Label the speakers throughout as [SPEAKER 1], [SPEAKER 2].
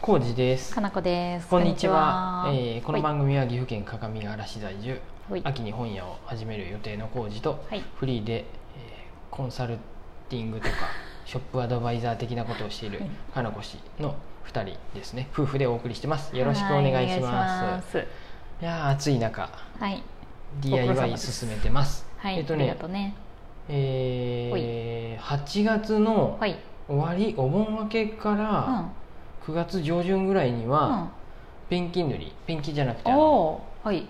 [SPEAKER 1] 浩二です
[SPEAKER 2] かなこです。
[SPEAKER 1] こんにちは
[SPEAKER 2] こんにちは
[SPEAKER 1] えーこの番組は岐阜県各務原市在住
[SPEAKER 2] はい
[SPEAKER 1] 秋に本屋を始める予定の浩二と、
[SPEAKER 2] はい
[SPEAKER 1] フリーで、えーコンサルティング とかショップアドバイザー的なことをしている
[SPEAKER 2] はい
[SPEAKER 1] かなこ氏の2人ですね夫婦でお送りしてますよろしくお願いします,、
[SPEAKER 2] はい
[SPEAKER 1] い、
[SPEAKER 2] お願いします
[SPEAKER 1] やー暑い中
[SPEAKER 2] はい、ご苦労様
[SPEAKER 1] DIY
[SPEAKER 2] です
[SPEAKER 1] 進めてます
[SPEAKER 2] はい、
[SPEAKER 1] えっと
[SPEAKER 2] あり
[SPEAKER 1] ね
[SPEAKER 2] がとうね。
[SPEAKER 1] えー、8月の
[SPEAKER 2] はい、
[SPEAKER 1] 終わりお盆明けから9月上旬ぐらいに
[SPEAKER 2] う
[SPEAKER 1] は、
[SPEAKER 2] ん、
[SPEAKER 1] ペンキ塗りペンキじゃなくて
[SPEAKER 2] うん、
[SPEAKER 1] あの
[SPEAKER 2] おお、はい、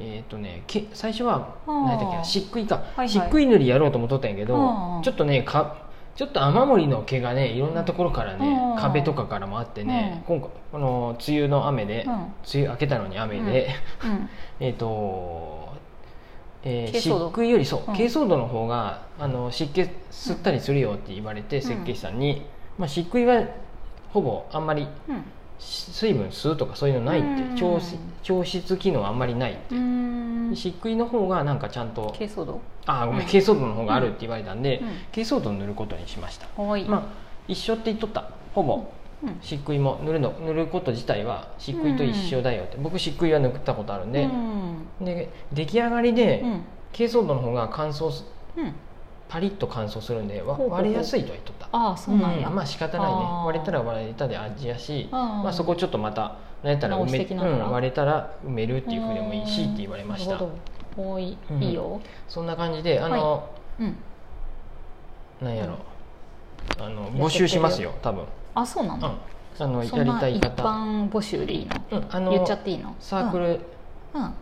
[SPEAKER 1] えっ、とねけ最初は
[SPEAKER 2] あー
[SPEAKER 1] 何やったっけな漆喰か、
[SPEAKER 2] いはい
[SPEAKER 1] 漆喰塗りやろうと思っとったんやけど
[SPEAKER 2] うんうん
[SPEAKER 1] ちょっとねかちょっと雨漏りの毛がねいろんなところから
[SPEAKER 2] うん
[SPEAKER 1] ね
[SPEAKER 2] うん
[SPEAKER 1] 壁とかからもあってね今回この梅雨の雨で、
[SPEAKER 2] うん、うん
[SPEAKER 1] 梅雨明けたのに雨で、、 えっと、えー
[SPEAKER 2] 珪
[SPEAKER 1] 漆
[SPEAKER 2] 藻土
[SPEAKER 1] 喰よりそう
[SPEAKER 2] うん
[SPEAKER 1] 珪藻土の方があの湿気吸ったりするよって言われて、設計士さんに、まあ、漆喰はほぼあんまり
[SPEAKER 2] うん
[SPEAKER 1] 水分吸うとかそういうのないって
[SPEAKER 2] うん
[SPEAKER 1] 調子調湿機能あんまりないっ
[SPEAKER 2] う
[SPEAKER 1] て、
[SPEAKER 2] ん、うーん、
[SPEAKER 1] 漆喰の方がなんかちゃんと
[SPEAKER 2] 珪藻土、
[SPEAKER 1] あごめ
[SPEAKER 2] うんん
[SPEAKER 1] 珪藻土の方があるって言われたんで、
[SPEAKER 2] う
[SPEAKER 1] 珪藻土塗ることにしました、
[SPEAKER 2] ん、はい、
[SPEAKER 1] まあ一緒って言っとったほぼ
[SPEAKER 2] うん、
[SPEAKER 1] 漆喰も塗るの塗ること自体は漆喰と一緒だよって、僕漆喰は塗ったことあるん
[SPEAKER 2] う
[SPEAKER 1] で,、
[SPEAKER 2] ん、
[SPEAKER 1] で出来上がりで
[SPEAKER 2] うん、
[SPEAKER 1] 珪藻土の方が乾燥す
[SPEAKER 2] うん、
[SPEAKER 1] パリッと乾燥するんでわ
[SPEAKER 2] ほうほうほう
[SPEAKER 1] 割れやすいとは言っとった
[SPEAKER 2] ああ、そうなんや。
[SPEAKER 1] まあ仕方ないね
[SPEAKER 2] あー
[SPEAKER 1] 割れたら割れたで味やし
[SPEAKER 2] あー
[SPEAKER 1] まあ、そこをちょっとまた何やったら
[SPEAKER 2] 直
[SPEAKER 1] 埋
[SPEAKER 2] して
[SPEAKER 1] め、
[SPEAKER 2] きながら
[SPEAKER 1] うん、割れたら埋めるっていうふうでもいいし
[SPEAKER 2] う
[SPEAKER 1] っ
[SPEAKER 2] ん
[SPEAKER 1] て言われまし
[SPEAKER 2] な
[SPEAKER 1] た
[SPEAKER 2] るほど。おい
[SPEAKER 1] うん、
[SPEAKER 2] いいよ。
[SPEAKER 1] そんな感じであの、
[SPEAKER 2] うん、
[SPEAKER 1] なんやろあの募集しますよ多分、
[SPEAKER 2] あ、そうな
[SPEAKER 1] うん、
[SPEAKER 2] の。
[SPEAKER 1] あの
[SPEAKER 2] そ
[SPEAKER 1] や
[SPEAKER 2] ん
[SPEAKER 1] り
[SPEAKER 2] な
[SPEAKER 1] たい
[SPEAKER 2] 一
[SPEAKER 1] 方、
[SPEAKER 2] 般募集でいいの。
[SPEAKER 1] うん、あ
[SPEAKER 2] 言っちゃっ
[SPEAKER 1] の
[SPEAKER 2] ていいの。
[SPEAKER 1] サーク
[SPEAKER 2] ル、
[SPEAKER 1] ル、
[SPEAKER 2] うん、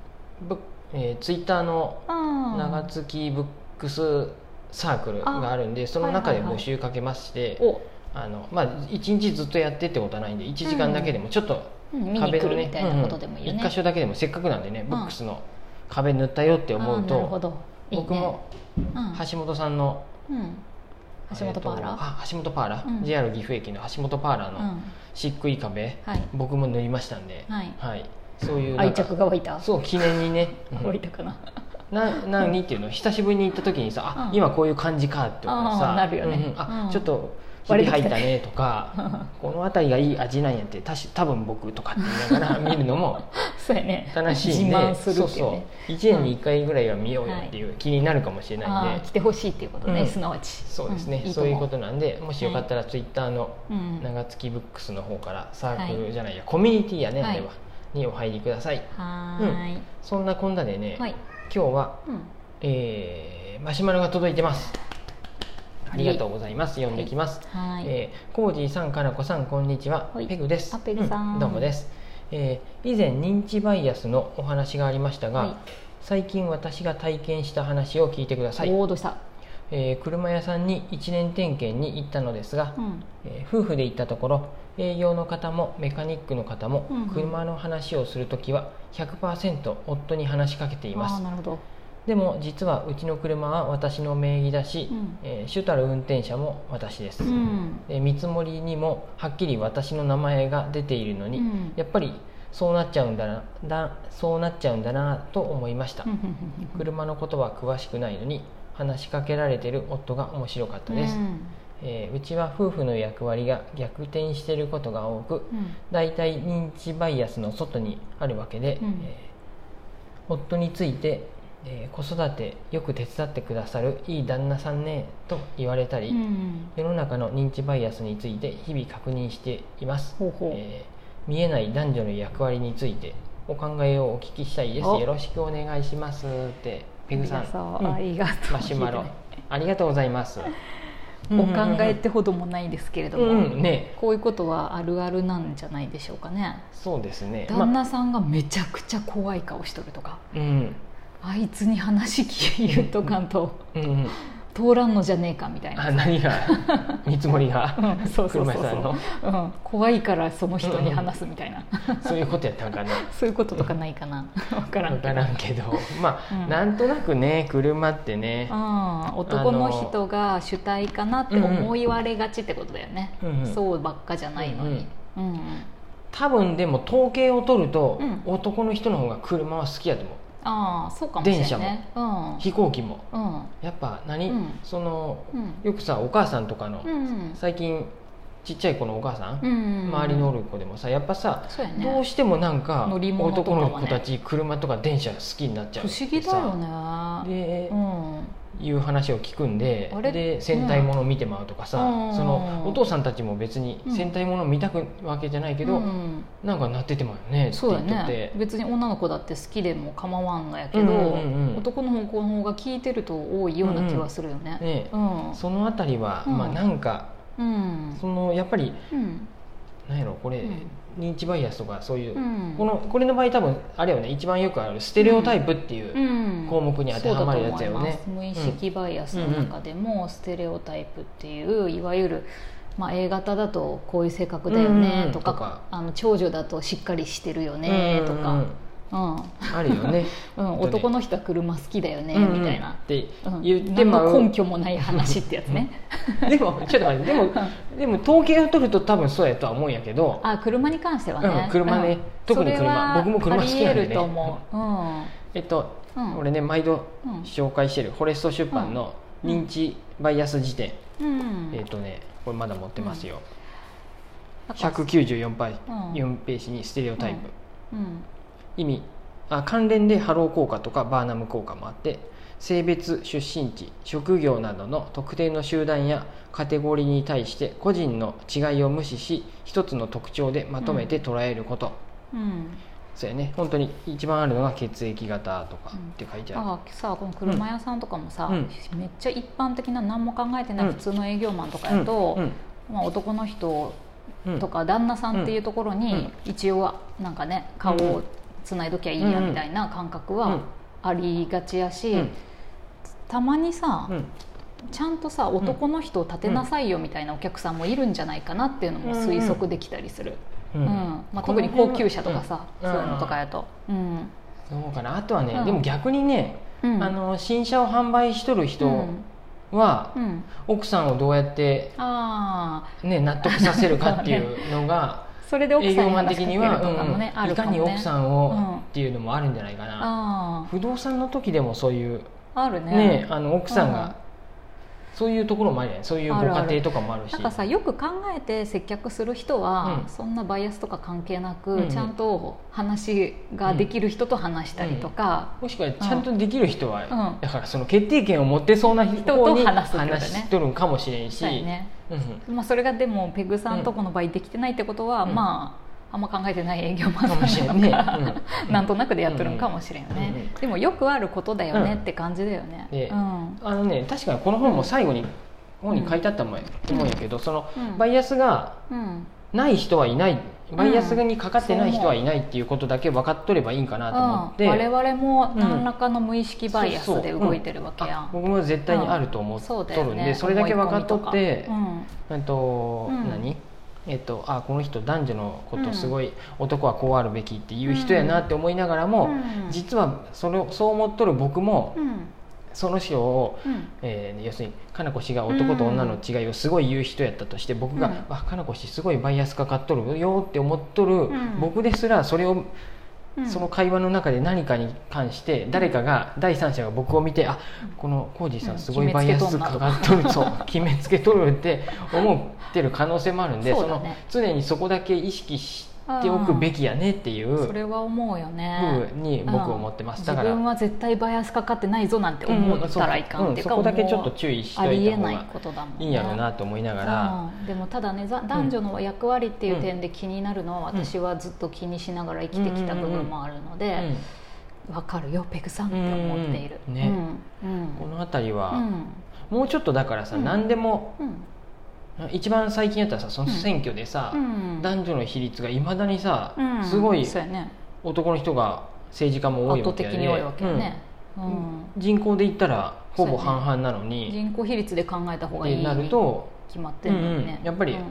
[SPEAKER 1] ブえツイッター Twitter の
[SPEAKER 2] うん、
[SPEAKER 1] 長月ブックスサークルがあるんでその中で募集かけまして、
[SPEAKER 2] お、
[SPEAKER 1] あのまあ、1日ずっとやってってことはないんで1時間だけでもちょっと、
[SPEAKER 2] うん見に
[SPEAKER 1] 壁
[SPEAKER 2] 来
[SPEAKER 1] の
[SPEAKER 2] るみ
[SPEAKER 1] ね
[SPEAKER 2] たいなことでもいいよね。
[SPEAKER 1] 1箇所だけでもせっかくなんでね
[SPEAKER 2] ん
[SPEAKER 1] ブックスの壁塗ったよって思う
[SPEAKER 2] あーなるほ
[SPEAKER 1] と
[SPEAKER 2] どいいね
[SPEAKER 1] 僕も
[SPEAKER 2] うん
[SPEAKER 1] 橋本さんの
[SPEAKER 2] うん橋本パー
[SPEAKER 1] え
[SPEAKER 2] ラ
[SPEAKER 1] とあ橋本パーラ
[SPEAKER 2] うん
[SPEAKER 1] JR 岐阜駅の橋本パーラ
[SPEAKER 2] ー、
[SPEAKER 1] の漆喰壁
[SPEAKER 2] うん、はい
[SPEAKER 1] 僕も塗りましたんで
[SPEAKER 2] はい
[SPEAKER 1] はいそういうなん
[SPEAKER 2] 愛
[SPEAKER 1] か
[SPEAKER 2] 着が湧いた
[SPEAKER 1] そう記念に ねうん
[SPEAKER 2] 湧いたかな
[SPEAKER 1] な何っていうの久しぶりに行った時にさあ
[SPEAKER 2] うん
[SPEAKER 1] 今こういう感じかって思って
[SPEAKER 2] あ
[SPEAKER 1] さ
[SPEAKER 2] ーなるよね
[SPEAKER 1] うんうんあ
[SPEAKER 2] うん
[SPEAKER 1] ちょっとひ
[SPEAKER 2] 割
[SPEAKER 1] び
[SPEAKER 2] れ
[SPEAKER 1] 入
[SPEAKER 2] て
[SPEAKER 1] っ
[SPEAKER 2] きたね
[SPEAKER 1] たねと かこの辺りがいい味なんやってたし多分僕とかって言いながら見るのも
[SPEAKER 2] そうやね
[SPEAKER 1] 楽しいん
[SPEAKER 2] 自
[SPEAKER 1] で
[SPEAKER 2] 慢するっていう
[SPEAKER 1] そう
[SPEAKER 2] ね
[SPEAKER 1] そう1年に1回ぐらいは見ようよっていう気になるかもしれないんで、
[SPEAKER 2] あー来てほしいっていうことね、
[SPEAKER 1] うん
[SPEAKER 2] すなわち
[SPEAKER 1] そうですね、
[SPEAKER 2] んい
[SPEAKER 1] そういう
[SPEAKER 2] 思
[SPEAKER 1] ことなんでもしよかったらツイッターの
[SPEAKER 2] うん
[SPEAKER 1] 長月ブックスの方からサークルじゃないや、コミュニティやね、
[SPEAKER 2] はい
[SPEAKER 1] あれはにお入りください
[SPEAKER 2] はーい、
[SPEAKER 1] そんなこんなでね、
[SPEAKER 2] はい、
[SPEAKER 1] 今日は、
[SPEAKER 2] うん、
[SPEAKER 1] えーマシュマロが届いてますありがとうございます読んできます、
[SPEAKER 2] はーい、
[SPEAKER 1] えー、コージーさん、かなこさん、こんにちは。
[SPEAKER 2] はい
[SPEAKER 1] ペグです。
[SPEAKER 2] あペグさん
[SPEAKER 1] うどうもです。えー以前認知バイアスのお話がありましたが、
[SPEAKER 2] はい
[SPEAKER 1] 最近私が体験した話を聞いてください。
[SPEAKER 2] おーどうした、
[SPEAKER 1] えー車屋さんに一年点検に行ったのですが、
[SPEAKER 2] うん、
[SPEAKER 1] えー夫婦で行ったところ、営業の方もメカニックの方も、
[SPEAKER 2] うんうん
[SPEAKER 1] 車の話をするときは100%夫に話しかけていま
[SPEAKER 2] ああ
[SPEAKER 1] す。
[SPEAKER 2] なるほど、
[SPEAKER 1] でも実はうちの車は私の名義だし、
[SPEAKER 2] うん
[SPEAKER 1] えー主たる運転者も私です。
[SPEAKER 2] うん
[SPEAKER 1] えー見積もりにもはっきり私の名前が出ているのに、
[SPEAKER 2] うん
[SPEAKER 1] やっぱりそうなっちゃうんだなだそうなっちゃうんだなと思いました、
[SPEAKER 2] うんうんうん
[SPEAKER 1] 車のことは詳しくないのに話しかけられてる夫が面白かった
[SPEAKER 2] うん
[SPEAKER 1] です、
[SPEAKER 2] うん
[SPEAKER 1] えーうちは夫婦の役割が逆転していることが多く
[SPEAKER 2] うん
[SPEAKER 1] だいたい認知バイアスの外にあるわけで、
[SPEAKER 2] うん
[SPEAKER 1] えー夫について、えー子育てよく手伝ってくださるいい旦那さんねと言われたり、
[SPEAKER 2] うん、
[SPEAKER 1] 世の中の認知バイアスについて日々確認しています、
[SPEAKER 2] ほうほう、
[SPEAKER 1] えー見えない男女の役割についてお考えをお聞きしたいです
[SPEAKER 2] お
[SPEAKER 1] よろしくお願いしますってペグさん
[SPEAKER 2] ありがと
[SPEAKER 1] うん
[SPEAKER 2] うありがとう
[SPEAKER 1] マシュマロ
[SPEAKER 2] ひ
[SPEAKER 1] ありがとうございます
[SPEAKER 2] どいお考えってほどもないですけれども、
[SPEAKER 1] うんうんね
[SPEAKER 2] こういうことはあるあるなんじゃないでしょうかね
[SPEAKER 1] そうですね
[SPEAKER 2] 旦
[SPEAKER 1] まあ
[SPEAKER 2] 那さんがめちゃくちゃ怖い顔しとるとか、
[SPEAKER 1] うん
[SPEAKER 2] あいつに話聞いとかんと
[SPEAKER 1] うんうん
[SPEAKER 2] 通らんのじゃねえかみたい
[SPEAKER 1] あ
[SPEAKER 2] な、
[SPEAKER 1] 何が 見積もりが
[SPEAKER 2] うん、そうそうそう
[SPEAKER 1] 車屋さん
[SPEAKER 2] そう、うん、怖いからその人に話すみたいな、
[SPEAKER 1] そういうことやったんかな
[SPEAKER 2] そういうこととかないかな分から
[SPEAKER 1] 分
[SPEAKER 2] んけど
[SPEAKER 1] からんけどまあ、
[SPEAKER 2] うん
[SPEAKER 1] なんとなくね車ってね
[SPEAKER 2] うん、男の人が主体かなって思いわれがちってことだよね、
[SPEAKER 1] うんうん
[SPEAKER 2] そうばっかじゃないのに、うんうん
[SPEAKER 1] 多分でも統計を取ると、
[SPEAKER 2] うん
[SPEAKER 1] 男の人の方が車は好きやと思う
[SPEAKER 2] ああそうかもしれないね
[SPEAKER 1] 飛行機も
[SPEAKER 2] うんうん
[SPEAKER 1] やっぱ何、
[SPEAKER 2] うん
[SPEAKER 1] その
[SPEAKER 2] うん
[SPEAKER 1] よくさお母さんとかの、
[SPEAKER 2] うん
[SPEAKER 1] 最近ちっちゃい子のお母さん、
[SPEAKER 2] ん
[SPEAKER 1] 周りのおる子でもさやっぱさ
[SPEAKER 2] そうやね
[SPEAKER 1] どうしてもなんか
[SPEAKER 2] 乗り物とか
[SPEAKER 1] 男
[SPEAKER 2] はね
[SPEAKER 1] の子たち車とか電車好きになっちゃう
[SPEAKER 2] 不思議だよね
[SPEAKER 1] で
[SPEAKER 2] う、ん
[SPEAKER 1] いう話を聞くんで
[SPEAKER 2] あれ
[SPEAKER 1] で戦隊もの見てまうとかさ、
[SPEAKER 2] うん
[SPEAKER 1] そのお父さんたちも別に
[SPEAKER 2] うん
[SPEAKER 1] 戦隊もの見たくわけじゃないけど、
[SPEAKER 2] うん
[SPEAKER 1] なんかなっててまうよねって
[SPEAKER 2] そう
[SPEAKER 1] 言
[SPEAKER 2] や
[SPEAKER 1] っとって、
[SPEAKER 2] ね別に女の子だって好きでも構わんのやけど、
[SPEAKER 1] うんうんうんうん
[SPEAKER 2] 男の方向の方が聞いてると多いような気はするよね。
[SPEAKER 1] ね
[SPEAKER 2] うん
[SPEAKER 1] そのあたりは、
[SPEAKER 2] うん
[SPEAKER 1] まあなんか
[SPEAKER 2] うん
[SPEAKER 1] そのやっぱり
[SPEAKER 2] うん
[SPEAKER 1] なんやろこれ、
[SPEAKER 2] うん
[SPEAKER 1] 認知バイアスとかそういう、
[SPEAKER 2] うん
[SPEAKER 1] このこれの場合多分あれよね一番よくあるステレオタイプっていう
[SPEAKER 2] うん
[SPEAKER 1] 項目に当てはまるやつやよね
[SPEAKER 2] そうだと。思います無意識バイアスの中でもステレオタイプっていういわゆる、まあ、A 型だとこういう性格だよ
[SPEAKER 1] うんう
[SPEAKER 2] ね
[SPEAKER 1] ん
[SPEAKER 2] とか,、
[SPEAKER 1] とか
[SPEAKER 2] あの長女だとしっかりしてるよねと
[SPEAKER 1] うんうん、
[SPEAKER 2] かうん
[SPEAKER 1] うんあるよ ね。
[SPEAKER 2] うん男の人は車好きだよね
[SPEAKER 1] うんうん
[SPEAKER 2] みたいな、
[SPEAKER 1] って
[SPEAKER 2] うん
[SPEAKER 1] 言ってま
[SPEAKER 2] 何の
[SPEAKER 1] う
[SPEAKER 2] 根拠もない話ってやつね
[SPEAKER 1] でもちょっと待ってでもでも統計を取ると多分そうやとは思うんやけど、
[SPEAKER 2] あ車に関してはね、
[SPEAKER 1] うん車ね特に車
[SPEAKER 2] それは
[SPEAKER 1] 僕も車好きなんでね
[SPEAKER 2] ありえると思う、うん
[SPEAKER 1] えっと、
[SPEAKER 2] うん
[SPEAKER 1] 俺ね毎度
[SPEAKER 2] うん
[SPEAKER 1] 紹介してるフォレスト出版の
[SPEAKER 2] うん
[SPEAKER 1] 認知バイアス辞典、
[SPEAKER 2] うん
[SPEAKER 1] えっとねこれまだ持ってますよ。
[SPEAKER 2] だから
[SPEAKER 1] 194ページ、
[SPEAKER 2] う
[SPEAKER 1] 4ページにステレオタイプ、
[SPEAKER 2] うん
[SPEAKER 1] 意味あ関連でハロー効果とかバーナム効果もあって性別出身地職業などの特定の集団やカテゴリーに対して個人の違いを無視し一つの特徴でまとめて捉えること、
[SPEAKER 2] うん
[SPEAKER 1] そうやね本当に一番あるのが血液型とかって書いてある、
[SPEAKER 2] あさこの車屋さんとかもさ、
[SPEAKER 1] うん
[SPEAKER 2] めっちゃ一般的な何も考えてない
[SPEAKER 1] うん
[SPEAKER 2] 普通の営業マンとかやと、
[SPEAKER 1] うん
[SPEAKER 2] まあ、男の人
[SPEAKER 1] うん
[SPEAKER 2] とか旦那さんっていうところに一応はなんかね顔をつないどきゃいい
[SPEAKER 1] う
[SPEAKER 2] や
[SPEAKER 1] ん
[SPEAKER 2] みたいな感覚
[SPEAKER 1] うん
[SPEAKER 2] はありがちやし、
[SPEAKER 1] うん
[SPEAKER 2] たまにさ、
[SPEAKER 1] うん
[SPEAKER 2] ちゃんとさ男の人を立てなさいよみたいなお客さんもいるんじゃないかなっていうのも推測できたりする、
[SPEAKER 1] う
[SPEAKER 2] うん
[SPEAKER 1] ん
[SPEAKER 2] まあ、特に高級車とかさ、
[SPEAKER 1] うん
[SPEAKER 2] そういうのとかやと。うん
[SPEAKER 1] そうかなあとはね、
[SPEAKER 2] うん
[SPEAKER 1] でも逆にね、
[SPEAKER 2] うん
[SPEAKER 1] あの新車を販売しとる
[SPEAKER 2] う
[SPEAKER 1] 人
[SPEAKER 2] ん
[SPEAKER 1] は、
[SPEAKER 2] うん、
[SPEAKER 1] 奥さんをどうやって
[SPEAKER 2] ああ
[SPEAKER 1] ね、納得させるかっていうのが
[SPEAKER 2] それで 奥
[SPEAKER 1] 営
[SPEAKER 2] さん
[SPEAKER 1] 業
[SPEAKER 2] に
[SPEAKER 1] マン
[SPEAKER 2] 話
[SPEAKER 1] 的
[SPEAKER 2] しかけ
[SPEAKER 1] に
[SPEAKER 2] る
[SPEAKER 1] は、
[SPEAKER 2] とかもね、
[SPEAKER 1] うん
[SPEAKER 2] あ
[SPEAKER 1] い
[SPEAKER 2] るか
[SPEAKER 1] か
[SPEAKER 2] もね
[SPEAKER 1] に奥さん
[SPEAKER 2] うん
[SPEAKER 1] をっていうのもあるんじゃないかな、
[SPEAKER 2] あ
[SPEAKER 1] 不動産の時でもそういう、
[SPEAKER 2] ああるね
[SPEAKER 1] ねあの奥さんが、
[SPEAKER 2] うん
[SPEAKER 1] そういうところもあるじゃないそういうご
[SPEAKER 2] あるあ
[SPEAKER 1] 家
[SPEAKER 2] る
[SPEAKER 1] 庭とかもあるし
[SPEAKER 2] なんかさよく考えて接客する人は、
[SPEAKER 1] うん
[SPEAKER 2] そんなバイアスとか関係なく、
[SPEAKER 1] うんうん
[SPEAKER 2] ちゃんと話ができる人と話したりとか、
[SPEAKER 1] もしくはちゃんとできる人は、
[SPEAKER 2] うん
[SPEAKER 1] だからその決定権を持ってそうな人
[SPEAKER 2] 人
[SPEAKER 1] に
[SPEAKER 2] と話すってことね
[SPEAKER 1] 話しとるんかもしれんし、
[SPEAKER 2] そうやね
[SPEAKER 1] うんうん
[SPEAKER 2] まあ、それがでもペグさんとこの場合できてないってことは、
[SPEAKER 1] うん
[SPEAKER 2] まああんま考えてない営業マン
[SPEAKER 1] かもしれんね
[SPEAKER 2] なのか、
[SPEAKER 1] うん
[SPEAKER 2] なんとなくでやってるんかもしれんよね、
[SPEAKER 1] うんうん
[SPEAKER 2] でもよくあることだよね
[SPEAKER 1] うん
[SPEAKER 2] って感じだよね、
[SPEAKER 1] で
[SPEAKER 2] うん
[SPEAKER 1] あのね確かにこの本も最後に、本に書いてあったもんやと思うんやけど、そのバイアスが
[SPEAKER 2] うん、
[SPEAKER 1] ない人はいないバイアスにかかってない人はいないっていうことだけ分かっとればいいんかなと思って、
[SPEAKER 2] うん、我々も何らかの無意識バイアスで動いてるわけ
[SPEAKER 1] あ
[SPEAKER 2] やん、
[SPEAKER 1] 僕も絶対にあると思っと
[SPEAKER 2] そうだよ
[SPEAKER 1] るんで、
[SPEAKER 2] ね
[SPEAKER 1] それだけ分かっとって
[SPEAKER 2] 思い込
[SPEAKER 1] えっ
[SPEAKER 2] みとか
[SPEAKER 1] と、
[SPEAKER 2] うん
[SPEAKER 1] 何えっと、あこの人男女のこ
[SPEAKER 2] う
[SPEAKER 1] と
[SPEAKER 2] ん
[SPEAKER 1] すごい、男はこうあるべきっていう人やなって思いながらも、
[SPEAKER 2] うん
[SPEAKER 1] 実はそれをそう思っとる僕も
[SPEAKER 2] うん
[SPEAKER 1] その人を、
[SPEAKER 2] うん
[SPEAKER 1] えー要するにかなこ氏が男と女の違いをすごい言う人やったとして僕が
[SPEAKER 2] うん
[SPEAKER 1] 「あかなこ氏すごいバイアスかかっとるよ」って思っとる、
[SPEAKER 2] ん
[SPEAKER 1] 僕ですらそれを
[SPEAKER 2] うん
[SPEAKER 1] その会話の中で何かに関して誰かが第三者が僕を見て「あこの浩二さ
[SPEAKER 2] うんん
[SPEAKER 1] すごいバイアスかかっとる」そう「決めつけとる」って思ってる可能性もあるんで
[SPEAKER 2] そ
[SPEAKER 1] そう
[SPEAKER 2] だ
[SPEAKER 1] の
[SPEAKER 2] ね
[SPEAKER 1] 常にそこだけ意識しておくべきやねっていう
[SPEAKER 2] それは思うよ
[SPEAKER 1] 部
[SPEAKER 2] ね
[SPEAKER 1] 分に僕は思ってます。だから
[SPEAKER 2] 自分は絶対バイアスかかってないぞなんて思ったらいかんっていうか、
[SPEAKER 1] うんそううんそこだけちょっと注意し
[SPEAKER 2] あ
[SPEAKER 1] とい
[SPEAKER 2] り
[SPEAKER 1] た
[SPEAKER 2] え
[SPEAKER 1] 方
[SPEAKER 2] ない
[SPEAKER 1] が
[SPEAKER 2] ことだもん、
[SPEAKER 1] いいんやろうなと思いながら、
[SPEAKER 2] うんでもただねざ男女の役割っていう点で気になるのは私はずっと気にしながら生きてきた部分もあるので、
[SPEAKER 1] うん
[SPEAKER 2] わかるよペグさんって思っている、
[SPEAKER 1] うんね
[SPEAKER 2] うんうん
[SPEAKER 1] この辺り
[SPEAKER 2] う
[SPEAKER 1] は、
[SPEAKER 2] ん
[SPEAKER 1] もうちょっとだからさ、
[SPEAKER 2] うん
[SPEAKER 1] 何でも
[SPEAKER 2] うん
[SPEAKER 1] 一番最近やったらさその
[SPEAKER 2] うん
[SPEAKER 1] 選挙でさ、
[SPEAKER 2] うん
[SPEAKER 1] 男女の比率がいまだにさ、
[SPEAKER 2] うん
[SPEAKER 1] すごい
[SPEAKER 2] そうやね
[SPEAKER 1] 男の人が政治家も多い
[SPEAKER 2] 圧
[SPEAKER 1] わ
[SPEAKER 2] 倒
[SPEAKER 1] け
[SPEAKER 2] 的
[SPEAKER 1] や
[SPEAKER 2] に多いわけよね、う
[SPEAKER 1] うんん人口で言ったらほぼ半々なのに、
[SPEAKER 2] 人口比率で考えた方がい
[SPEAKER 1] って
[SPEAKER 2] い
[SPEAKER 1] なると
[SPEAKER 2] 決まってんだよね、
[SPEAKER 1] うんうんやっぱり
[SPEAKER 2] うん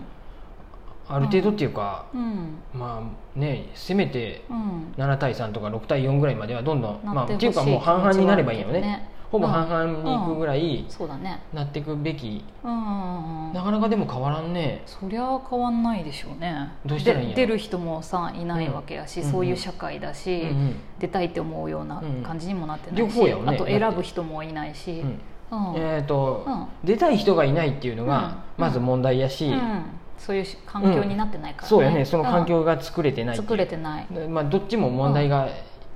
[SPEAKER 1] ある程度っていうか、
[SPEAKER 2] うん
[SPEAKER 1] まあねせめて
[SPEAKER 2] うん
[SPEAKER 1] 7対3とか6対4ぐらいまではどんどんま
[SPEAKER 2] な
[SPEAKER 1] あ、
[SPEAKER 2] って
[SPEAKER 1] っ
[SPEAKER 2] ほ
[SPEAKER 1] て
[SPEAKER 2] しい
[SPEAKER 1] いうかもう半々になればいいよねほぼ半々に行くぐらい
[SPEAKER 2] そうだね
[SPEAKER 1] なっていくべき、
[SPEAKER 2] うんうんうん
[SPEAKER 1] なかなかでも変わらんね
[SPEAKER 2] そりゃ変わんないでしょうね
[SPEAKER 1] どうしたらいいんやろ
[SPEAKER 2] で出る人もさいないわけやし、
[SPEAKER 1] うん
[SPEAKER 2] そういう社会だし、
[SPEAKER 1] うんうん
[SPEAKER 2] 出たいって思うような感じにもなってな
[SPEAKER 1] うん
[SPEAKER 2] い
[SPEAKER 1] 両
[SPEAKER 2] し、
[SPEAKER 1] 方やよね
[SPEAKER 2] あと選ぶ人もいないし、
[SPEAKER 1] うん
[SPEAKER 2] うん
[SPEAKER 1] えーと
[SPEAKER 2] うん
[SPEAKER 1] 出たい人がいないっていうのが
[SPEAKER 2] うん
[SPEAKER 1] まず問題やし、
[SPEAKER 2] うんそういうし環境になってないからね、
[SPEAKER 1] そうやねその環
[SPEAKER 2] うん
[SPEAKER 1] 境が作れてないっていう
[SPEAKER 2] 作れてない、
[SPEAKER 1] でまあ、どっちも問題が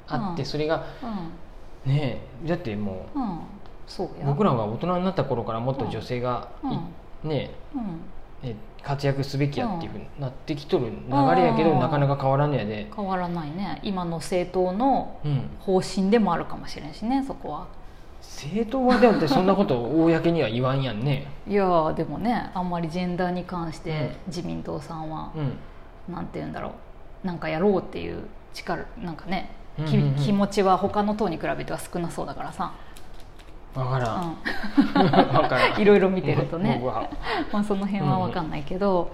[SPEAKER 1] あって、
[SPEAKER 2] うん
[SPEAKER 1] それが
[SPEAKER 2] う
[SPEAKER 1] ねえだっても
[SPEAKER 2] んうん、そう
[SPEAKER 1] う
[SPEAKER 2] や
[SPEAKER 1] 僕らが大人になった頃からもっと女性がい、
[SPEAKER 2] うん
[SPEAKER 1] ね
[SPEAKER 2] うん、
[SPEAKER 1] ええ活躍すべきやっていうふうになってきとる流れやけど、
[SPEAKER 2] うん
[SPEAKER 1] なかなか変わらんのやで、
[SPEAKER 2] 変わらないね今の政党の
[SPEAKER 1] うん、
[SPEAKER 2] 方針でもあるかもしれんしねそこは
[SPEAKER 1] 政党はだってそんなことを公には言わんやんね、
[SPEAKER 2] いやーでもねあんまりジェンダーに関し
[SPEAKER 1] うん
[SPEAKER 2] て自民党さんは、
[SPEAKER 1] うん、
[SPEAKER 2] なんて言うんだろうなんかやろうっていう力なんかね、き
[SPEAKER 1] うんうんうん
[SPEAKER 2] 気持ちは他の党に比べては少なそうだからさ、
[SPEAKER 1] 分からん、
[SPEAKER 2] う
[SPEAKER 1] 分から
[SPEAKER 2] ん、
[SPEAKER 1] ん
[SPEAKER 2] いろいろ見てるとね
[SPEAKER 1] 僕、は
[SPEAKER 2] まあ、その辺は分かんないけど、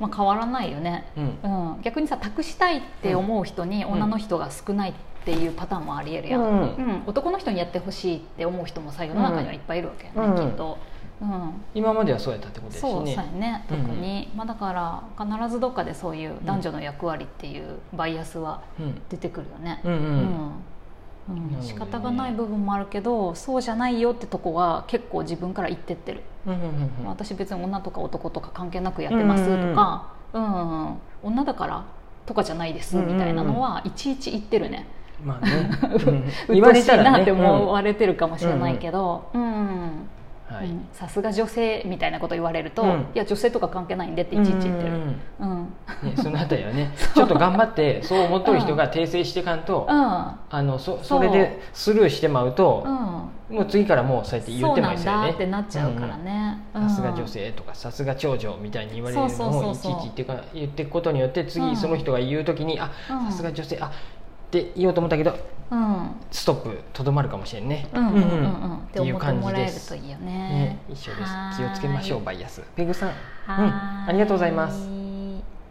[SPEAKER 2] まあ、変わらないよね、
[SPEAKER 1] うん、うん
[SPEAKER 2] うん、逆にさ託したいって思う人に
[SPEAKER 1] うん
[SPEAKER 2] 女の人が少ないっていうパターンもありえるやん、
[SPEAKER 1] うん
[SPEAKER 2] うん男の人にやってほしいって思う人もさ世の中にはいっぱいいるわけやね、
[SPEAKER 1] うん
[SPEAKER 2] きっと。うん
[SPEAKER 1] 今まではそうやったってことやし
[SPEAKER 2] そうそうや
[SPEAKER 1] ね
[SPEAKER 2] ね
[SPEAKER 1] う
[SPEAKER 2] 特
[SPEAKER 1] んうん
[SPEAKER 2] に、まあ、だから必ずどっかでそういう男女の役割っていうバイアスは
[SPEAKER 1] うん
[SPEAKER 2] 出てくるよね、
[SPEAKER 1] うん
[SPEAKER 2] う
[SPEAKER 1] うん
[SPEAKER 2] んうん
[SPEAKER 1] なるほどね
[SPEAKER 2] 仕方がない部分もあるけどそうじゃないよってとこは結構自分から言ってってる、
[SPEAKER 1] うんうんうんうん
[SPEAKER 2] 私別に女とか男とか関係なくやってますとか、うんうんうん女だからとかじゃないですみたいなのはいちいち言ってるね、
[SPEAKER 1] まあ ね、
[SPEAKER 2] うっとうしいなって思われてるかもしれないけど、うんうん
[SPEAKER 1] うんはい
[SPEAKER 2] うんさすが女性みたいなこと言われると、
[SPEAKER 1] うん
[SPEAKER 2] いや女性とか関係ないんでっていちいち言ってる
[SPEAKER 1] うんうんうん
[SPEAKER 2] うんうん、
[SPEAKER 1] ね、そのあたりは ねちょっと頑張ってそう思っとる人が訂正してかんと、あのそそれでスルーしてまうと、もう次からもうそうやって言
[SPEAKER 2] そ
[SPEAKER 1] っ
[SPEAKER 2] う
[SPEAKER 1] てま
[SPEAKER 2] ないん
[SPEAKER 1] すよ
[SPEAKER 2] だ
[SPEAKER 1] ね
[SPEAKER 2] ってなっちゃうからね、
[SPEAKER 1] うんさすが女性とかさすが長女みたいに言われる
[SPEAKER 2] そうそう
[SPEAKER 1] の
[SPEAKER 2] そ
[SPEAKER 1] を
[SPEAKER 2] う
[SPEAKER 1] いちいち
[SPEAKER 2] そう
[SPEAKER 1] 言ってか言っていくことによって
[SPEAKER 2] う
[SPEAKER 1] 次
[SPEAKER 2] ん
[SPEAKER 1] その人が言う時に、あ
[SPEAKER 2] う
[SPEAKER 1] さ
[SPEAKER 2] ん
[SPEAKER 1] すが女性あって言おうと思ったけど
[SPEAKER 2] うん
[SPEAKER 1] ストップとどまるかもしれんね。
[SPEAKER 2] うんうんうんうん
[SPEAKER 1] っ
[SPEAKER 2] っ
[SPEAKER 1] ててい
[SPEAKER 2] 思
[SPEAKER 1] う
[SPEAKER 2] って
[SPEAKER 1] 感
[SPEAKER 2] も
[SPEAKER 1] じ
[SPEAKER 2] ら
[SPEAKER 1] で
[SPEAKER 2] える
[SPEAKER 1] す
[SPEAKER 2] と。いいよ
[SPEAKER 1] ね
[SPEAKER 2] ね、
[SPEAKER 1] 一緒です気をつけましょう
[SPEAKER 2] は
[SPEAKER 1] バイアスペグさん、う
[SPEAKER 2] ーい
[SPEAKER 1] ん、ありがとうございます
[SPEAKER 2] はーい